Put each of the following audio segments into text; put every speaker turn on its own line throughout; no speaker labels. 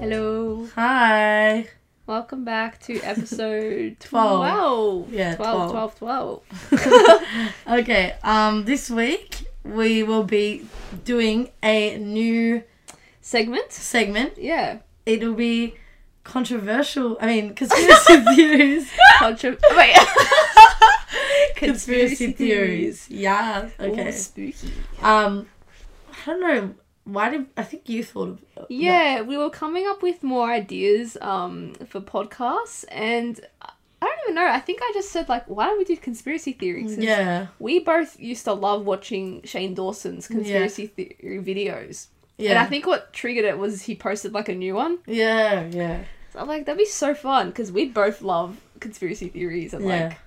Hello.
Hi.
Welcome back to episode
Twelve.
12.
Yeah,
12,
12.
12, 12.
Okay, um this week we will be doing a new
Segment?
segment.
Yeah.
It'll be controversial. I mean, conspiracy theories.
Contro- Oh, Wait.
Conspiracy theories. Yeah.
Ooh,
Okay.
spooky.
Um I don't know why did I think you thought of of that.
Yeah, we were coming up with more ideas um, for podcasts, and I I don't even know. I think I just said, like, why don't we do conspiracy theories? Since
Mm, Yeah.
We both used to love watching Shane Dawson's conspiracy theory videos.
Yeah.
And I think what triggered it was he posted like a new one.
Yeah, yeah.
So I'm like, that'd be so fun because we both love conspiracy theories and
Yeah.
like,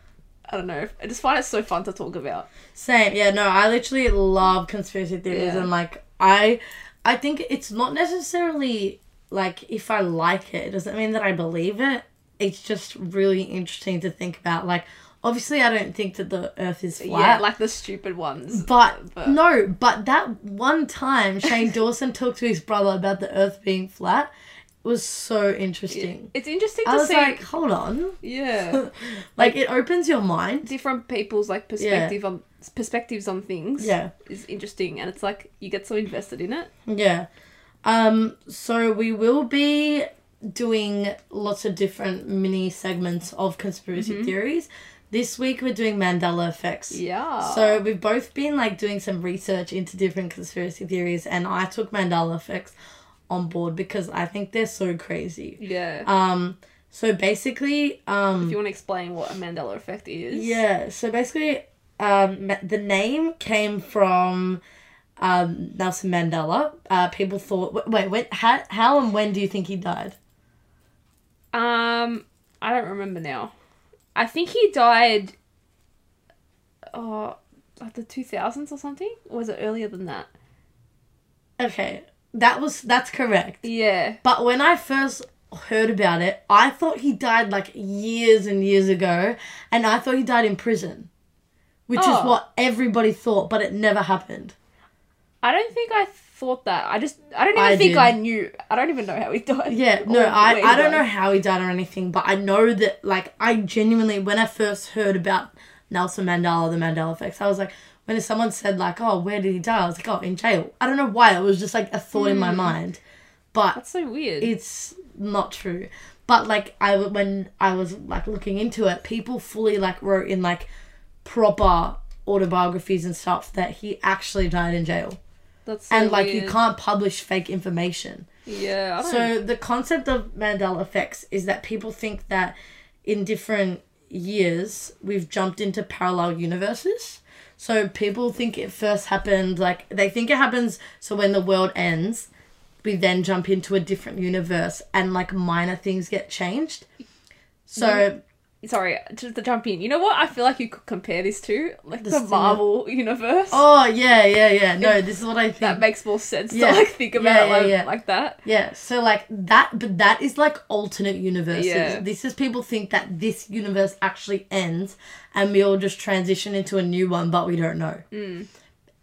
I don't know. I just find it so fun to talk about.
Same. Yeah, no, I literally love conspiracy theories
Yeah.
and like I I think it's not necessarily like if I like it, it doesn't mean that I believe it. It's just really interesting to think about. Like obviously I don't think that the earth is
Yeah,
flat.
like the stupid ones.
but,
but-
no, but that one time Shane Dawson talked to his brother about the earth being flat was so interesting.
It's interesting
I
to
was
see,
like, hold on.
yeah,
Like it opens your mind.
different people's like perspective on perspectives on things.
Yeah.
is interesting, and it's like you get so invested in it.
Yeah. Um, so we will be doing lots of different mini segments of conspiracy theories. This week we're doing Mandela effects.
Yeah.
So we've both been like doing some research into different conspiracy theories and I took Mandela effects on board because I think they're so crazy.
yeah,
Um so basically um
if you want to explain what a Mandela effect is,
yeah, so basically, um, ma- the name came from um, Nelson Mandela. Uh, people thought, w- wait, when, how, how and when do you think he died?
Um, I don't remember now. I think he died. Oh, like the two thousands or something. Or was it earlier than that?
Okay, that was that's correct.
Yeah.
But when I first heard about it, I thought he died like years and years ago, and I thought he died in prison, which
Oh.
is what everybody thought, but it never happened.
I don't think I thought that. I just. I don't even
I
think
did.
I knew. I don't even know how he died.
Yeah, no,
Or
I,
where he
I don't know
died.
how he died or anything, but I know that, like, I genuinely, when I first heard about Nelson Mandela, the Mandela effects, I was like, when someone said, like, oh, where did he die? I was like, oh, in jail. I don't know why. It was just, like, a thought in
Hmm.
my mind, but
That's so weird.
it's not true. But, like, I, w- when I was, like, looking into it, people fully, like, wrote in, like, proper autobiographies and stuff that he actually died in jail.
That's so
And, like, you
weird.
can't publish fake information.
Yeah. I don't
So the concept of Mandela effects is that people think that in different years we've jumped into parallel universes. So people think it first happened like they think it happens so when the world ends we then jump into a different universe and like minor things get changed. So
Sorry, just to jump in. You know what? I feel like you could compare this to like the,
The cinema-
Marvel universe.
oh yeah, yeah, yeah. No, this is what I think.
That makes more sense
Yeah.
to like think
Yeah,
about it
yeah,
like,
yeah.
like that.
Yeah, so like that, but that is like alternate universes.
Yeah.
This is people think that this universe actually ends and we all just transition into a new one, but we don't know.
Hmm.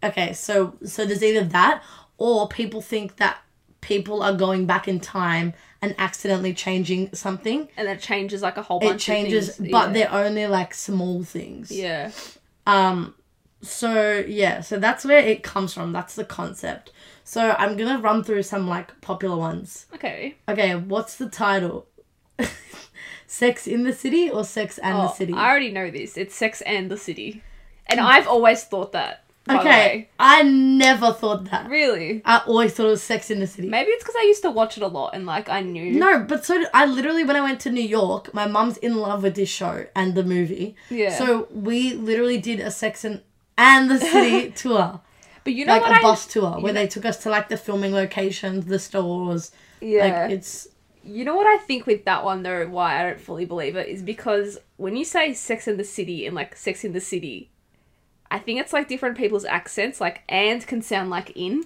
Okay, so so there's either that or people think that people are going back in time and accidentally changing something.
And it changes like a whole
It
bunch
changes,
of things.
but
Yeah.
they're only like small things.
Yeah.
So yeah, so that's where it comes from. That's the concept. So I'm gonna run through some like popular ones.
Okay.
Okay, what's the title? Sex in the City or Sex and the
Oh,
City?
I already know this. It's Sex and the City. And I've always thought that. By The way.
okay, I never thought that.
Really?
I always thought it was Sex in the City.
Maybe it's because I used to watch it a lot and like I knew.
No, but so did, I literally when I went to New York, my mum's in love with this show and the movie.
Yeah.
So we literally did a Sex and and the City tour,
But you know
like
what?
a
I,
bus tour where they took us to like the filming locations, the stores.
yeah.
Like it's
You know what I think with that one though, why I don't fully believe it is because when you say Sex and the City and like Sex in the City, I think it's like different people's accents. Like and can sound like in,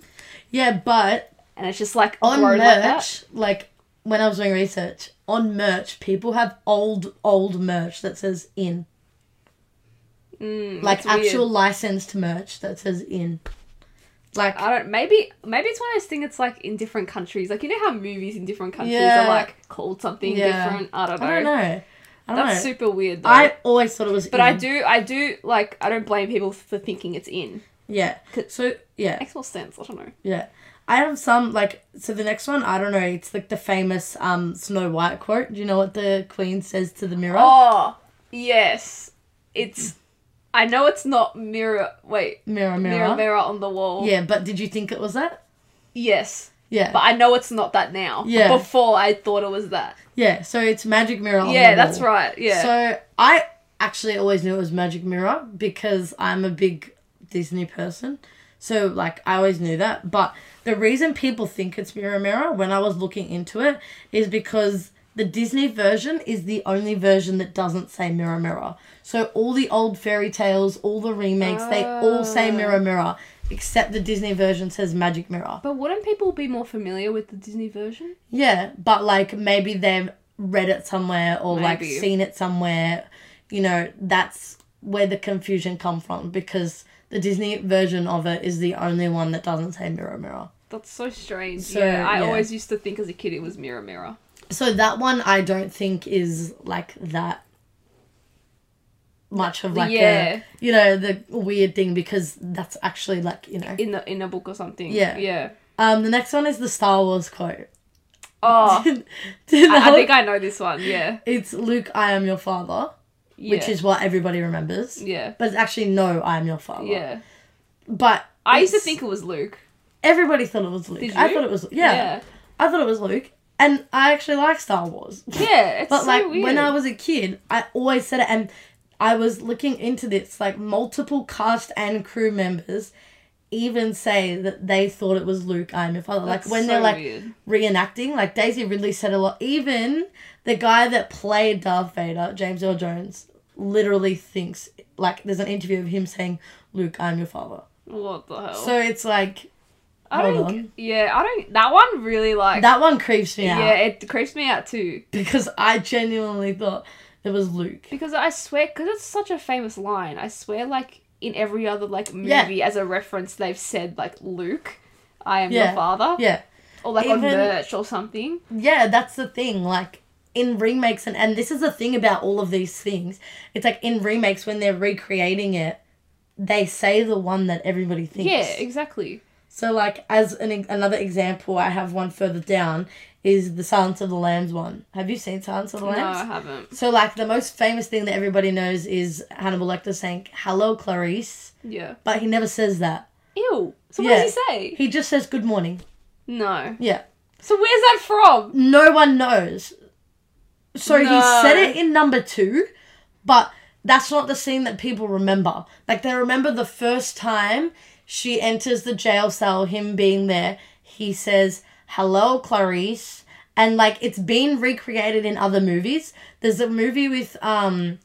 yeah, but
and it's just like
on
grown
merch,
like that.
like when I was doing research on merch, people have old old merch that says in. like
Mm, that's weird.
actual licensed merch that says in. Like
I don't. Maybe maybe it's one of those things. It's like in different countries. Like you know how movies in different countries
Yeah.
are like called something
Yeah.
different. I don't know.
I don't know. I don't
That's
know.
super weird. Though.
I Mm. always thought it was
but
in.
I do. I do like. I don't blame people for thinking it's in.
Yeah.
C-
So yeah.
Makes more sense. I don't know.
Yeah. I have some like so the next one, I don't know, it's like the famous um Snow White quote. Do you know what the Queen says to the mirror?
Oh yes, it's. I know it's not mirror. Wait,
mirror, mirror,
mirror, mirror on the wall.
Yeah, but did you think it was that?
Yes,
Yeah.
but I know it's not that now.
Yeah.
Before I thought it was that.
yeah, so it's magic mirror on
yeah,
the
that's
wall.
right. Yeah.
So I actually always knew it was magic mirror because I'm a big Disney person. So like I always knew that, but the reason people think it's mirror mirror when I was looking into it is because the Disney version is the only version that doesn't say mirror mirror. So all the old fairy tales, all the remakes, they all say mirror mirror except the Disney version says magic mirror.
but wouldn't people be more familiar with the Disney version?
Yeah, but like maybe they've read it somewhere or like
Maybe.
seen it somewhere. You know, that's where the confusion come from because the Disney version of it is the only one that doesn't say mirror mirror.
That's so strange.
So,
yeah, I
yeah.
always used to think as a kid it was mirror, mirror.
So that one I don't think is like that much of like
Yeah.
a you know the weird thing because that's actually like you know
in the in a book or something.
Yeah.
yeah.
um the next one is the Star Wars quote.
Oh,
Do you
I, I
know?
think I know this one. Yeah,
it's Luke, I am your father,
yeah.
which is what everybody remembers.
yeah,
But it's actually no, I am your father.
yeah.
But
I used to
Oh, it's-
think it was Luke.
everybody thought it was Luke.
Did
I
you?
thought it was yeah, I thought it was Luke, and I actually like Star Wars.
yeah. Yeah, It's
But
so
like
weird.
when I was a kid, I always said it, and I was looking into this. Like multiple cast and crew members even say that they thought it was Luke. I am your father.
That's
like when
so
they're like
weird.
reenacting, like Daisy Ridley said a lot. Even the guy that played Darth Vader, James Earl Jones, literally thinks like there's an interview of him saying, "Luke, I'm your father."
what the hell?
So it's like
I don't.
hold on.
Yeah, I don't. That one really like.
that one creeps me
yeah.
out
it creeps me out too
because I genuinely thought it was Luke.
because I swear, because it's such a famous line. I swear, like in every other like movie
Yeah.
as a reference, they've said like Luke, I am
Yeah.
your father,
Yeah,
or like on
Even-
merch or something.
yeah, that's the thing. Like in remakes, and and this is the thing about all of these things. It's like in remakes when they're recreating it, they say the one that everybody thinks.
Yeah, exactly.
So, like, as an ex- another example, I have one further down is the Silence of the Lambs one. Have you seen Silence of
No,
the Lambs?
I haven't.
So, like, the most famous thing that everybody knows is Hannibal Lecter saying, Hello, Clarice.
Yeah.
But he never says that.
Ew. So what
Yeah.
does he say?
He just says, Good morning.
No.
Yeah.
So where's that from?
No one knows. So, he
No.
said it in number two, but that's not the scene that people remember. Like, they remember the first time she enters the jail cell, him being there. He says, Hello, Clarice. And, like, it's been recreated in other movies. There's a movie with, um,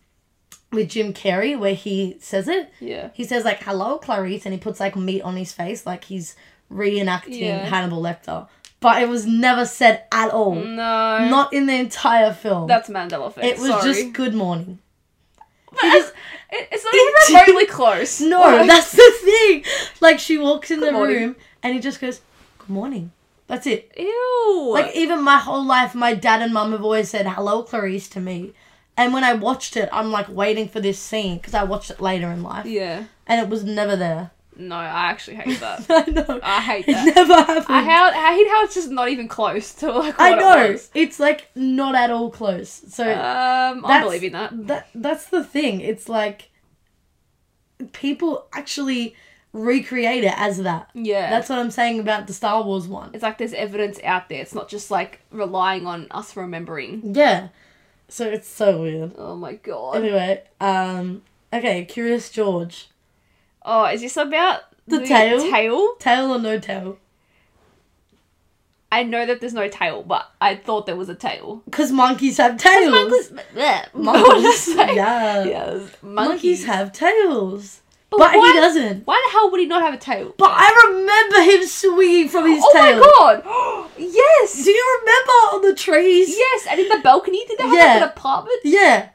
with Jim Carrey where he says it.
Yeah.
He says, like, hello, Clarice, and he puts, like, meat on his face, like he's reenacting
Yeah.
Hannibal Lecter. But it was never said at all.
No.
Not in the entire film.
That's Mandela effect.
it was
Mm. Sorry.
just good morning.
But it's, it- it's not
It-
even remotely close.
No,
Like,
that's the thing. Like, she walks in the
morning.
room and he just goes, good morning. That's it.
ew.
Like, even my whole life, my dad and mum have always said, hello, Clarice, to me. And when I watched it, I'm like waiting for this scene because I watched it later in life
yeah.
and it was never there.
No, I actually hate that.
I know.
I hate
It
that.
never happened.
I how I hate how it's just not even close to like what
I know.
it was.
It's like not at all close. So
Um, I'm
That's-
believing that.
that that's the thing. It's like people actually recreate it as that.
Yeah.
That's what I'm saying about the Star Wars one.
it's like there's evidence out there. It's not just like relying on us remembering.
Yeah. So it's so weird.
Oh my god.
Anyway, um okay, Curious George.
Oh, is this about
The tail?
Tail?
Tail or no tail?
I know that there's no tail, but I thought there was a tail.
Cuz monkeys have tails.
Monkeys, bleh, what did I
Monkeys.
say?
Yeah.
Yes, monkeys.
Monkeys have tails. But,
why,
he doesn't.
Why the hell would he not have a tail?
But I remember him swinging from his
oh
tail.
my god! Yes.
Do you remember on the trees?
Yes, and in the balcony, did they have
Yeah.
like an apartment?
Yeah.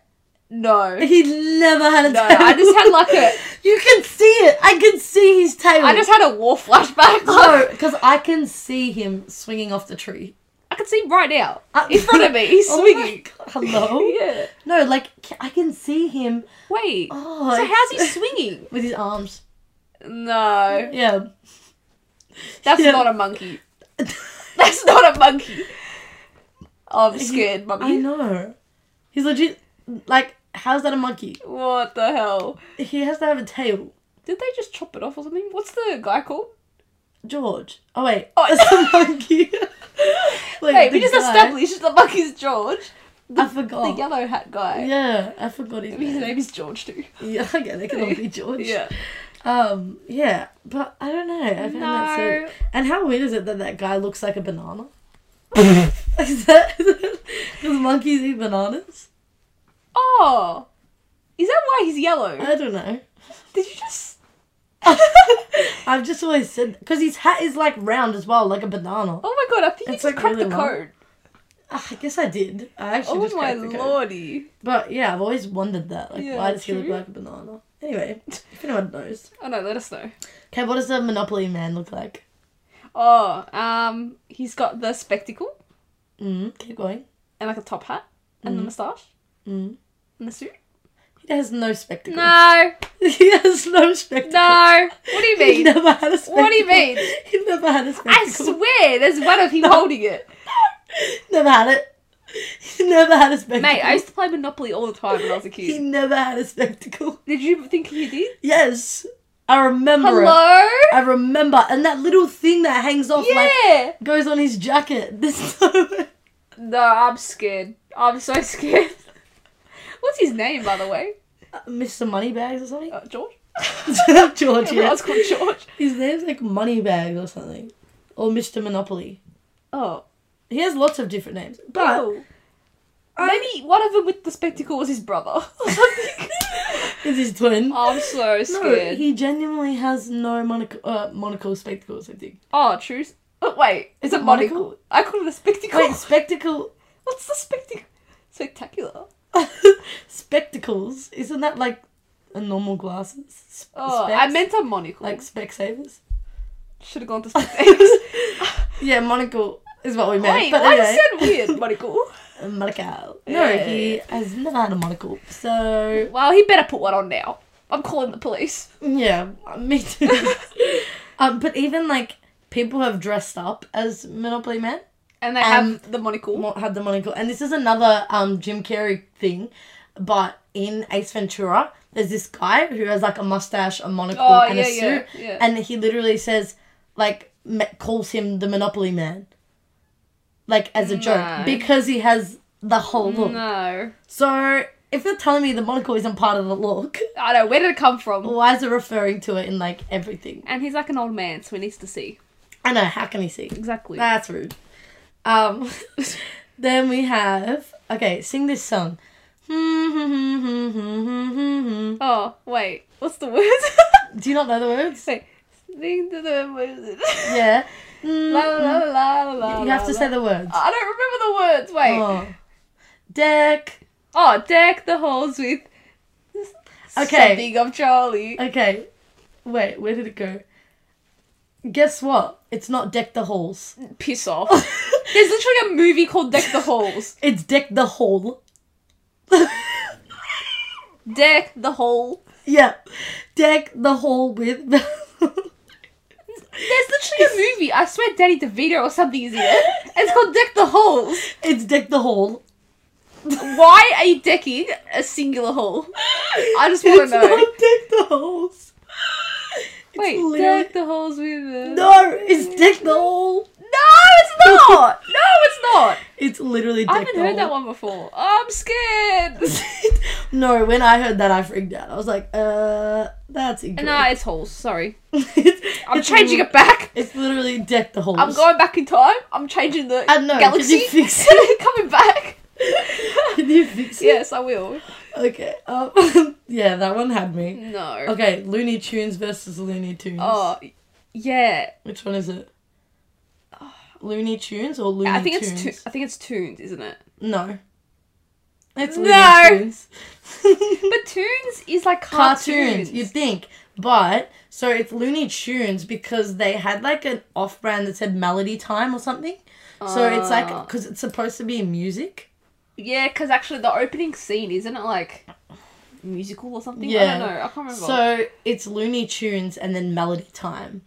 No.
He never had a
No,
table.
I just had like a.
You can see it. I can see his table.
I just had a war flashback.
no, because I can see him swinging off the tree.
I can see him right now
Uh,
in front of me. He's
Oh my
swinging.
God, Hello.
yeah.
No, like ca- I can see him
Wait.
Oh,
so how's he
it's-
swinging?
with his arms.
No,
Yeah.
that's
Yeah.
not a monkey. That's not a monkey. Oh, I'm scared,
I
mummy.
know. He's legit. Like, how's that a monkey?
What the hell?
He has to have a tail.
Did they just chop it off or something? What's the guy called?
George. Oh wait,
Oh,
it's a monkey. like,
Hey,
the
we just
guy-
established the monkey's George,
I
the
forgot.
yellow hat guy.
Yeah, I forgot his
Maybe His
name.
name is George too.
Yeah, yeah, they can all be George.
Yeah.
Um. Yeah, but I don't know. I found that so.
No.
And how weird is it that that guy looks like a banana? is that because monkeys eat bananas?
Oh, is that why he's yellow?
I don't know.
Did you just?
I've just always said because his hat is like round as well, like a banana.
Oh my god, I think you
It's,
just
like,
cracked
really
the
long.
code.
Ah, I guess I did. I actually
Oh
just
my
cracked the code.
lordy.
But yeah, I've always wondered that. Like,
Yeah,
why does he look
true.
like a banana? Anyway, if anyone knows.
Oh no, let us know.
Okay, what does a Monopoly man look like?
Oh, um, he's got the spectacle
Mm, keep going.
and like a top hat and the moustache
Mm.
and the suit.
He has no spectacles.
No,
He has no spectacles.
no. What do you mean?
He never had a spectacle.
What do you mean?
He never had a
I
spectacle.
swear, there's one of him holding it.
never had it. He never had a spectacle.
Mate, I used to play Monopoly all the time when I was a
He
kid.
never had a spectacle.
Did you think he did?
Yes. I remember it.
Hello.
I remember. And that little thing that hangs off, like,
Yeah.
goes on his jacket. There's no way.
No, I'm scared. I'm so scared. What's his name, by the way?
Uh, Mr. Moneybags or something?
Uh, George.
George, yeah.
Everyone's called George.
His name's like Moneybags or something. Or Mr. Monopoly.
Oh,
He has lots of different names. But
cool.
I-
maybe one of them with the spectacle was his brother. or something.
is his twin.
Oh, I'm so scared.
No, he genuinely has no monocle, uh, monocle spectacles, I think.
Oh, true. Oh, wait, it's
Is
a
it
monocle.
monocle?
I call it a spectacle.
Wait, spectacle.
What's the spectacle? Spectacular.
spectacles? Isn't that like a normal glasses? S-
Oh, I
specs?
meant a monocle.
Like Specsavers?
should have gone to spectacles.
yeah, monocle is what we meant.
wait,
but
why
anyway.
you said weird monocle?
A monocle. No,
Yeah.
he has never had a monocle. So,
well, he better put one on now. I'm calling the police.
yeah, me too. um, but even like people have dressed up as Monopoly Man.
And they
Um,
have the monocle.
mo- had the monocle. And this is another um Jim Carrey thing, but in Ace Ventura, there's this guy who has like a mustache, a monocle,
Oh,
and
yeah,
a suit,
yeah, yeah.
and he literally says like me- calls him the Monopoly Man, like as a
No.
joke because he has the whole look.
no,
So if you're telling me the monocle isn't part of the look,
I know. Where did it come from?
why is it referring to it in like everything?
And he's like an old man, so he needs to see.
I know. How can he see?
Exactly.
That's rude. Um, then we have okay, sing this song. Do
Oh, wait. What's the words?
you not know the words?
Say, sing to the words.
Yeah.
La la la la la.
You have to
la. Ah,
say the words.
I don't remember the words. Wait.
Oh. Deck.
Oh, deck the halls with
Okay. Uh,
something of Charlie.
Okay. Wait, where did it go? Guess what? It's not deck the halls.
Piss off. There's literally a movie called Deck the Halls.
It's deck the hall.
Deck the Hall.
yeah. Deck the hall with.
There's literally a movie. I swear Danny DeVito or something is in it. It's called Deck the Halls.
it's deck the hall.
Why are you decking a singular hall? I just want
It's
to know.
not deck the halls. It's
Wait,
literally-
Deck the Halls with. Uh...
No, it's Dick the Hole.
No, it's not! No, it's not!
It's literally Dick
I haven't
the
heard that
Hole.
one before. I'm scared!
no, when I heard that, I freaked out. I was like, uh, that's incorrect.
no, it's Halls. Sorry.
it's,
I'm
it's
changing
li-
it back.
It's literally Deck the Hole.
I'm going back in time. I'm changing the
I know,
galaxy.
Can you fix it?
Coming back.
Can you fix it?
yes, I will.
Okay. Um, yeah, that one had me.
No.
Okay, Looney Tunes versus Looney Tunes.
Oh, yeah.
Which one is it? Looney Tunes or Looney
I think it's
Tunes?
tu- I think it's Toons, isn't it?
No. It's
No.
Looney Tunes.
But Toons is like cartoons.
cartoons, you'd think. But so it's Looney Tunes because they had like an off brand that said Melody Time or something. So it's like
Ah.
because it's supposed to be music.
Yeah, because actually the opening scene isn't it like musical or something? I
Yeah.
don't know. I can't remember.
So it's Looney Tunes and then Melody Time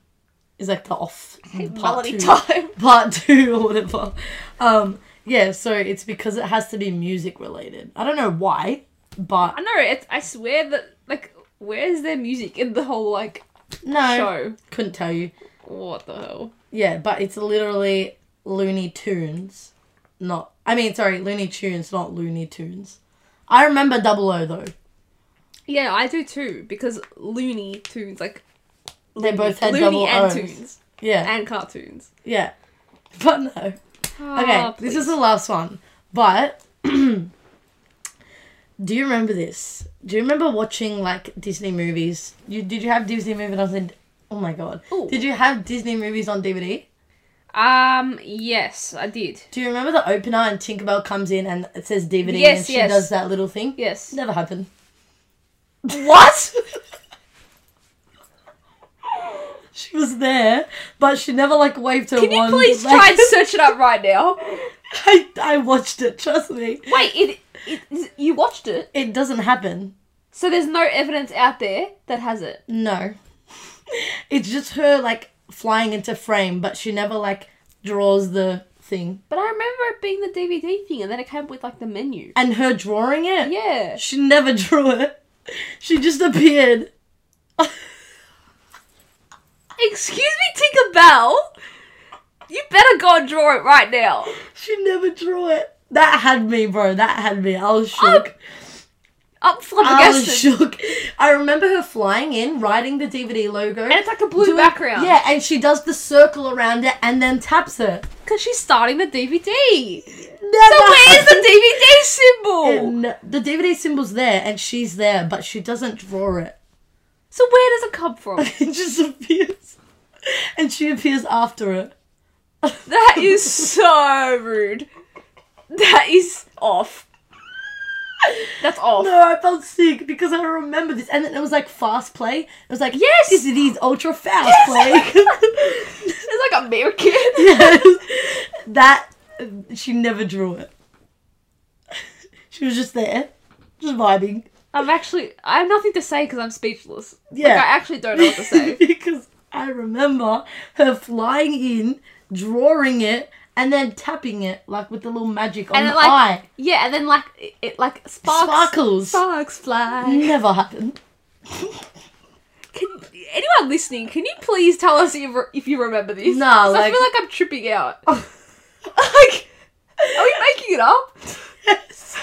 is like the off
Melody
two-
time.
part two or whatever. Um, yeah, so it's because it has to be music related. I don't know why, but
I know. It's, I swear that like where is their music in the whole like
no,
show?
couldn't tell you.
What the hell?
Yeah, but it's literally Looney Tunes, not. I mean, sorry, Looney Tunes, not Looney Tunes. I remember Double O though.
Yeah, I do too because Looney Tunes like
They both had
Looney
double
and
O's.
Tunes
Yeah,
and cartoons.
yeah, but no. Okay,
Ah,
this
please.
is the last one. But do you remember this? Do you remember watching like Disney movies? You did you have Disney movies on? Oh my god!
Ooh.
Did you have Disney movies on DVD?
um yes, I did.
Do you remember the opener and Tinkerbell comes in and it says DVD
Yes,
and she
yes.
does that little thing?
Yes.
Never happened. What? she was there, but she never like waved her
Can you
wand.
please
like-
try and search it up right now?
I, I watched it. Trust me,
Wait, it, it you watched it,
it doesn't happen.
so there's no evidence out there that has it.
No. It's just her like flying into frame, but she never like draws the thing.
But I remember it being the DVD thing, and then it came with like the menu.
And her drawing it?
Yeah.
She never drew it. She just appeared.
Excuse me, Tinkerbell. You better go and draw it right now.
She never drew it. That had me, bro. That had me. I was
Oh,
shook.
Up
I was
flabbergasted.
shook. I remember her flying in, riding the DVD logo.
And it's like a blue
doing-
background.
Yeah, and she does the circle around it and then taps her.
Because she's starting the DVD.
Never
So where's the
happened.
DVD symbol?
And the DVD symbol's there and she's there, but she doesn't draw it.
So where does it come from?
it just appears. And she appears after it.
That is so rude. That is off. That's off.
No, I felt sick because I remember this. And then it was like fast play. It was like,
Yes!
This is these ultra fast play.
It's like American.
Yes. that, she never drew it. She was just there, just vibing.
I'm actually. I have nothing to say because I'm speechless.
Yeah.
Like I actually don't know what to say.
because I remember her flying in, drawing it, and then tapping it, like with the little magic on
And
the
it like
eye.
yeah, and then like it, it like sparks.
Sparkles.
Sparks fly.
Never happened.
Can, anyone listening, can you please tell us if you, re- if you remember this?
No,
'Cause I
like-
feel like I'm tripping out. like, are we making it up?
Yes.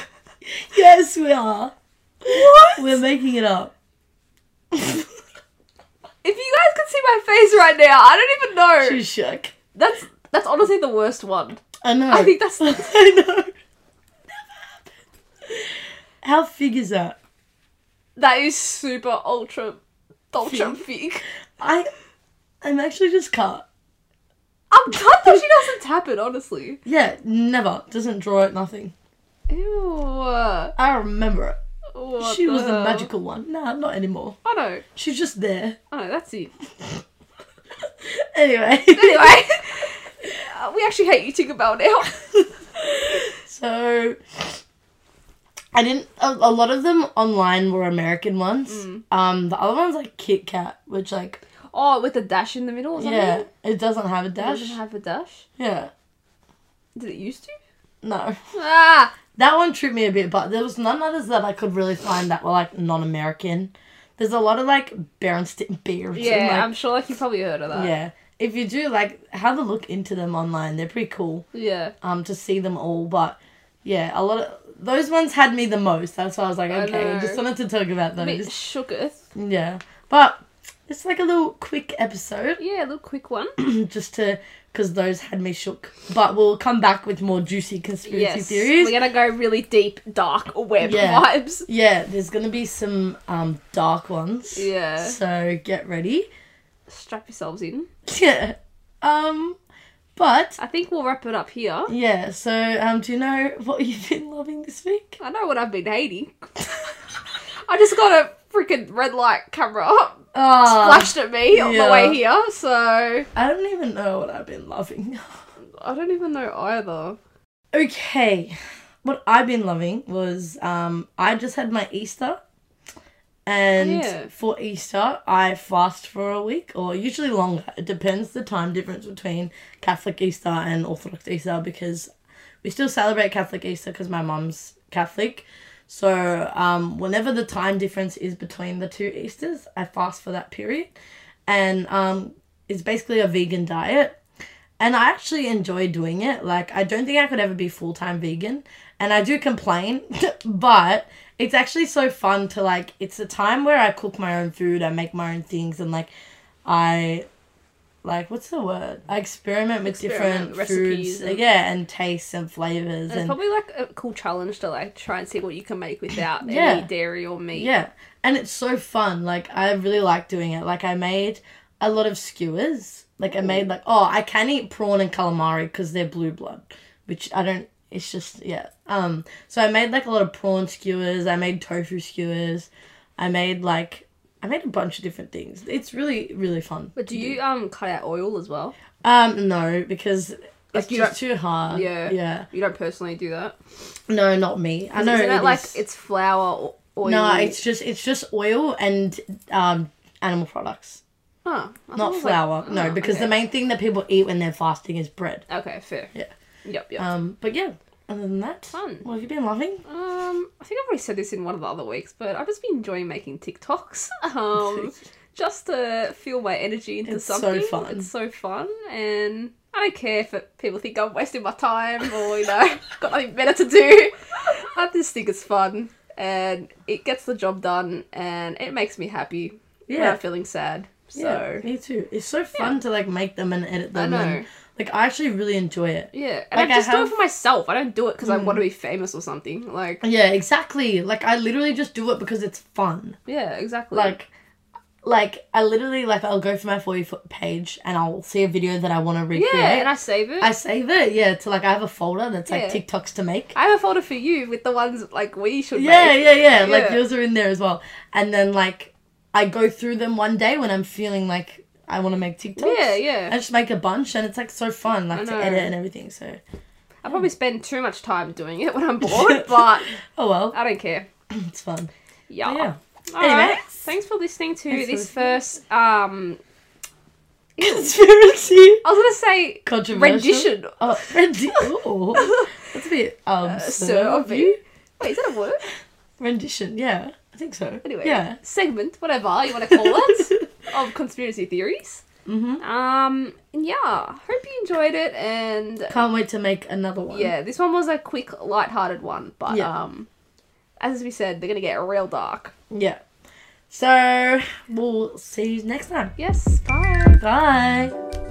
Yes, we are.
What?
We're making it up.
If you guys could see my face right now, I don't even know.
She's shook.
That's that's honestly the worst one.
I know.
I think that's
I know. Never happened. How fig is that?
that is super ultra ultra fig.
I, I'm actually just cut.
I'm glad that she doesn't tap it. Honestly.
Yeah, never. Doesn't draw it. Nothing.
Ew.
I remember it.
What
she was the
hell?
magical one. Nah, not anymore.
I know.
She's just there.
I know. That's it.
Anyway.
Anyway, uh, we actually hate you, Tinkerbell, now.
So I didn't. A, a lot of them online were American ones.
Mm.
Um, the other ones like Kit Kat, which like
oh, with a dash in the middle or something.
yeah, it doesn't have a
It
dash.
doesn't have a dash.
yeah,
Did it used to?
no,
Ah,
that one tripped me a bit, but there was none others that I could really find that were like non-American. There's a lot of like Berenstain Bears.
yeah. I'm sure like you probably heard of that.
yeah. If you do like have a look into them online, they're pretty cool.
Yeah.
Um, to see them all, but yeah, a lot of those ones had me the most. That's why I was like,
I
okay,
know.
just wanted to talk about
A
those.
bit shooketh.
Yeah, but it's like a little quick episode
Yeah, a little quick one.
just to because those had me shook. But we'll come back with more juicy conspiracy
yes.
theories.
We're gonna go really deep, dark web
Yeah.
vibes.
yeah, there's gonna be some um dark ones.
Yeah.
So get ready.
Strap yourselves in.
Yeah. Um, But
I think we'll wrap it up here.
yeah, so um, do you know what you've been loving this week?
I know what I've been hating. I just got a freaking red light camera
Ah,
flashed at me on the
yeah.
way here, so
I don't even know what I've been loving.
I don't even know either.
Okay, what I've been loving was um, I just had my Easter, and
Yeah.
for Easter I fast for a week or usually longer. It depends the time difference between Catholic Easter and Orthodox Easter because we still celebrate Catholic Easter because my mum's Catholic. So um, whenever the time difference is between the two Easters, I fast for that period, and um, it's basically a vegan diet. And I actually enjoy doing it. Like I don't think I could ever be full time vegan, and I do complain, but it's actually so fun to like. It's a time where I cook my own food, I make my own things, and like, I, like what's the word? I experiment with
Experiment
different
with recipes
foods,
and-
yeah, and tastes and flavors
And it's
and
probably like a cool challenge to like try and see what you can make without
Yeah.
any dairy or meat.
Yeah. And it's so fun. Like I really like doing it. Like I made a lot of skewers. Like I
Mm.
made like oh, I can eat prawn and calamari cuz they're blue blood, which I don't it's just yeah. Um so I made like a lot of prawn skewers. I made tofu skewers. I made like I made a bunch of different things. It's really really fun.
But do you um cut out oil as well?
Um no, because it's
you
just too hard.
Yeah.
Yeah.
You don't personally do that.
No, not me. I know
Isn't
it
that like
is-
it's flour or oil?
No, it's just it's just oil and um animal products.
Huh. I thought it
not
was like-
flour. no,
oh,
because the
okay.
main thing that people eat when they're fasting is bread.
Okay, fair.
Yeah.
Yep, yep.
Um, but yeah, other than that,
Fun.
what have you been loving?
Um, I think I've already said this in one of the other weeks, but I've just been enjoying making TikToks. Um, just to fuel my energy into
It's so
something.
fun.
It's so fun, and I don't care if it, people think I'm wasting my time or you know got nothing better to do. I just think it's fun, and it gets the job done, and it makes me happy. Yeah,
Yeah.
I'm feeling sad.
yeah,
So
me too. It's so fun to like make them and edit
I
them. And,
know.
like I actually really enjoy it.
yeah, and
Like, Mm.
I
I
just do
have-
it for myself. I don't do it because I want to be famous or something. Like
Yeah, exactly. Like I literally just do it because it's fun.
yeah, exactly.
Like, like I literally like I'll go through my for you fo- page and I'll see a video that I want to recreate.
yeah, and I save it.
I save it. Yeah, to like I have a folder that's like
Yeah.
TikToks to make.
I have a folder for you with the ones like we should
Yeah,
make.
yeah, yeah, Like
Yeah.
yours are in there as well. And then like I go through them one day when I'm feeling like I want to make TikToks.
Yeah, yeah.
I just make a bunch, and it's like so fun, like to
know.
edit and everything. So
I probably spend too much time doing it when I'm bored, but
oh well,
I don't care.
it's fun.
Yeah.
But yeah,
All right.
Anyway.
Thanks for listening to
Thanks for
this first um
conspiracy
I was gonna say
controversial
rendition. Uh,
Oh, rendi- Ooh. that's a bit um
So
so
of you. Wait, is that a word?
rendition. Yeah, I think so.
Anyway.
yeah,
Segment, whatever you wanna call it. of conspiracy theories.
Mhm.
Um and yeah. Hope you enjoyed it and
can't wait to make another one.
yeah, this one was a quick, light-hearted one, but
Yeah.
um as we said, they're gonna get real dark.
yeah. So we'll see you next time.
Yes, bye.
Bye.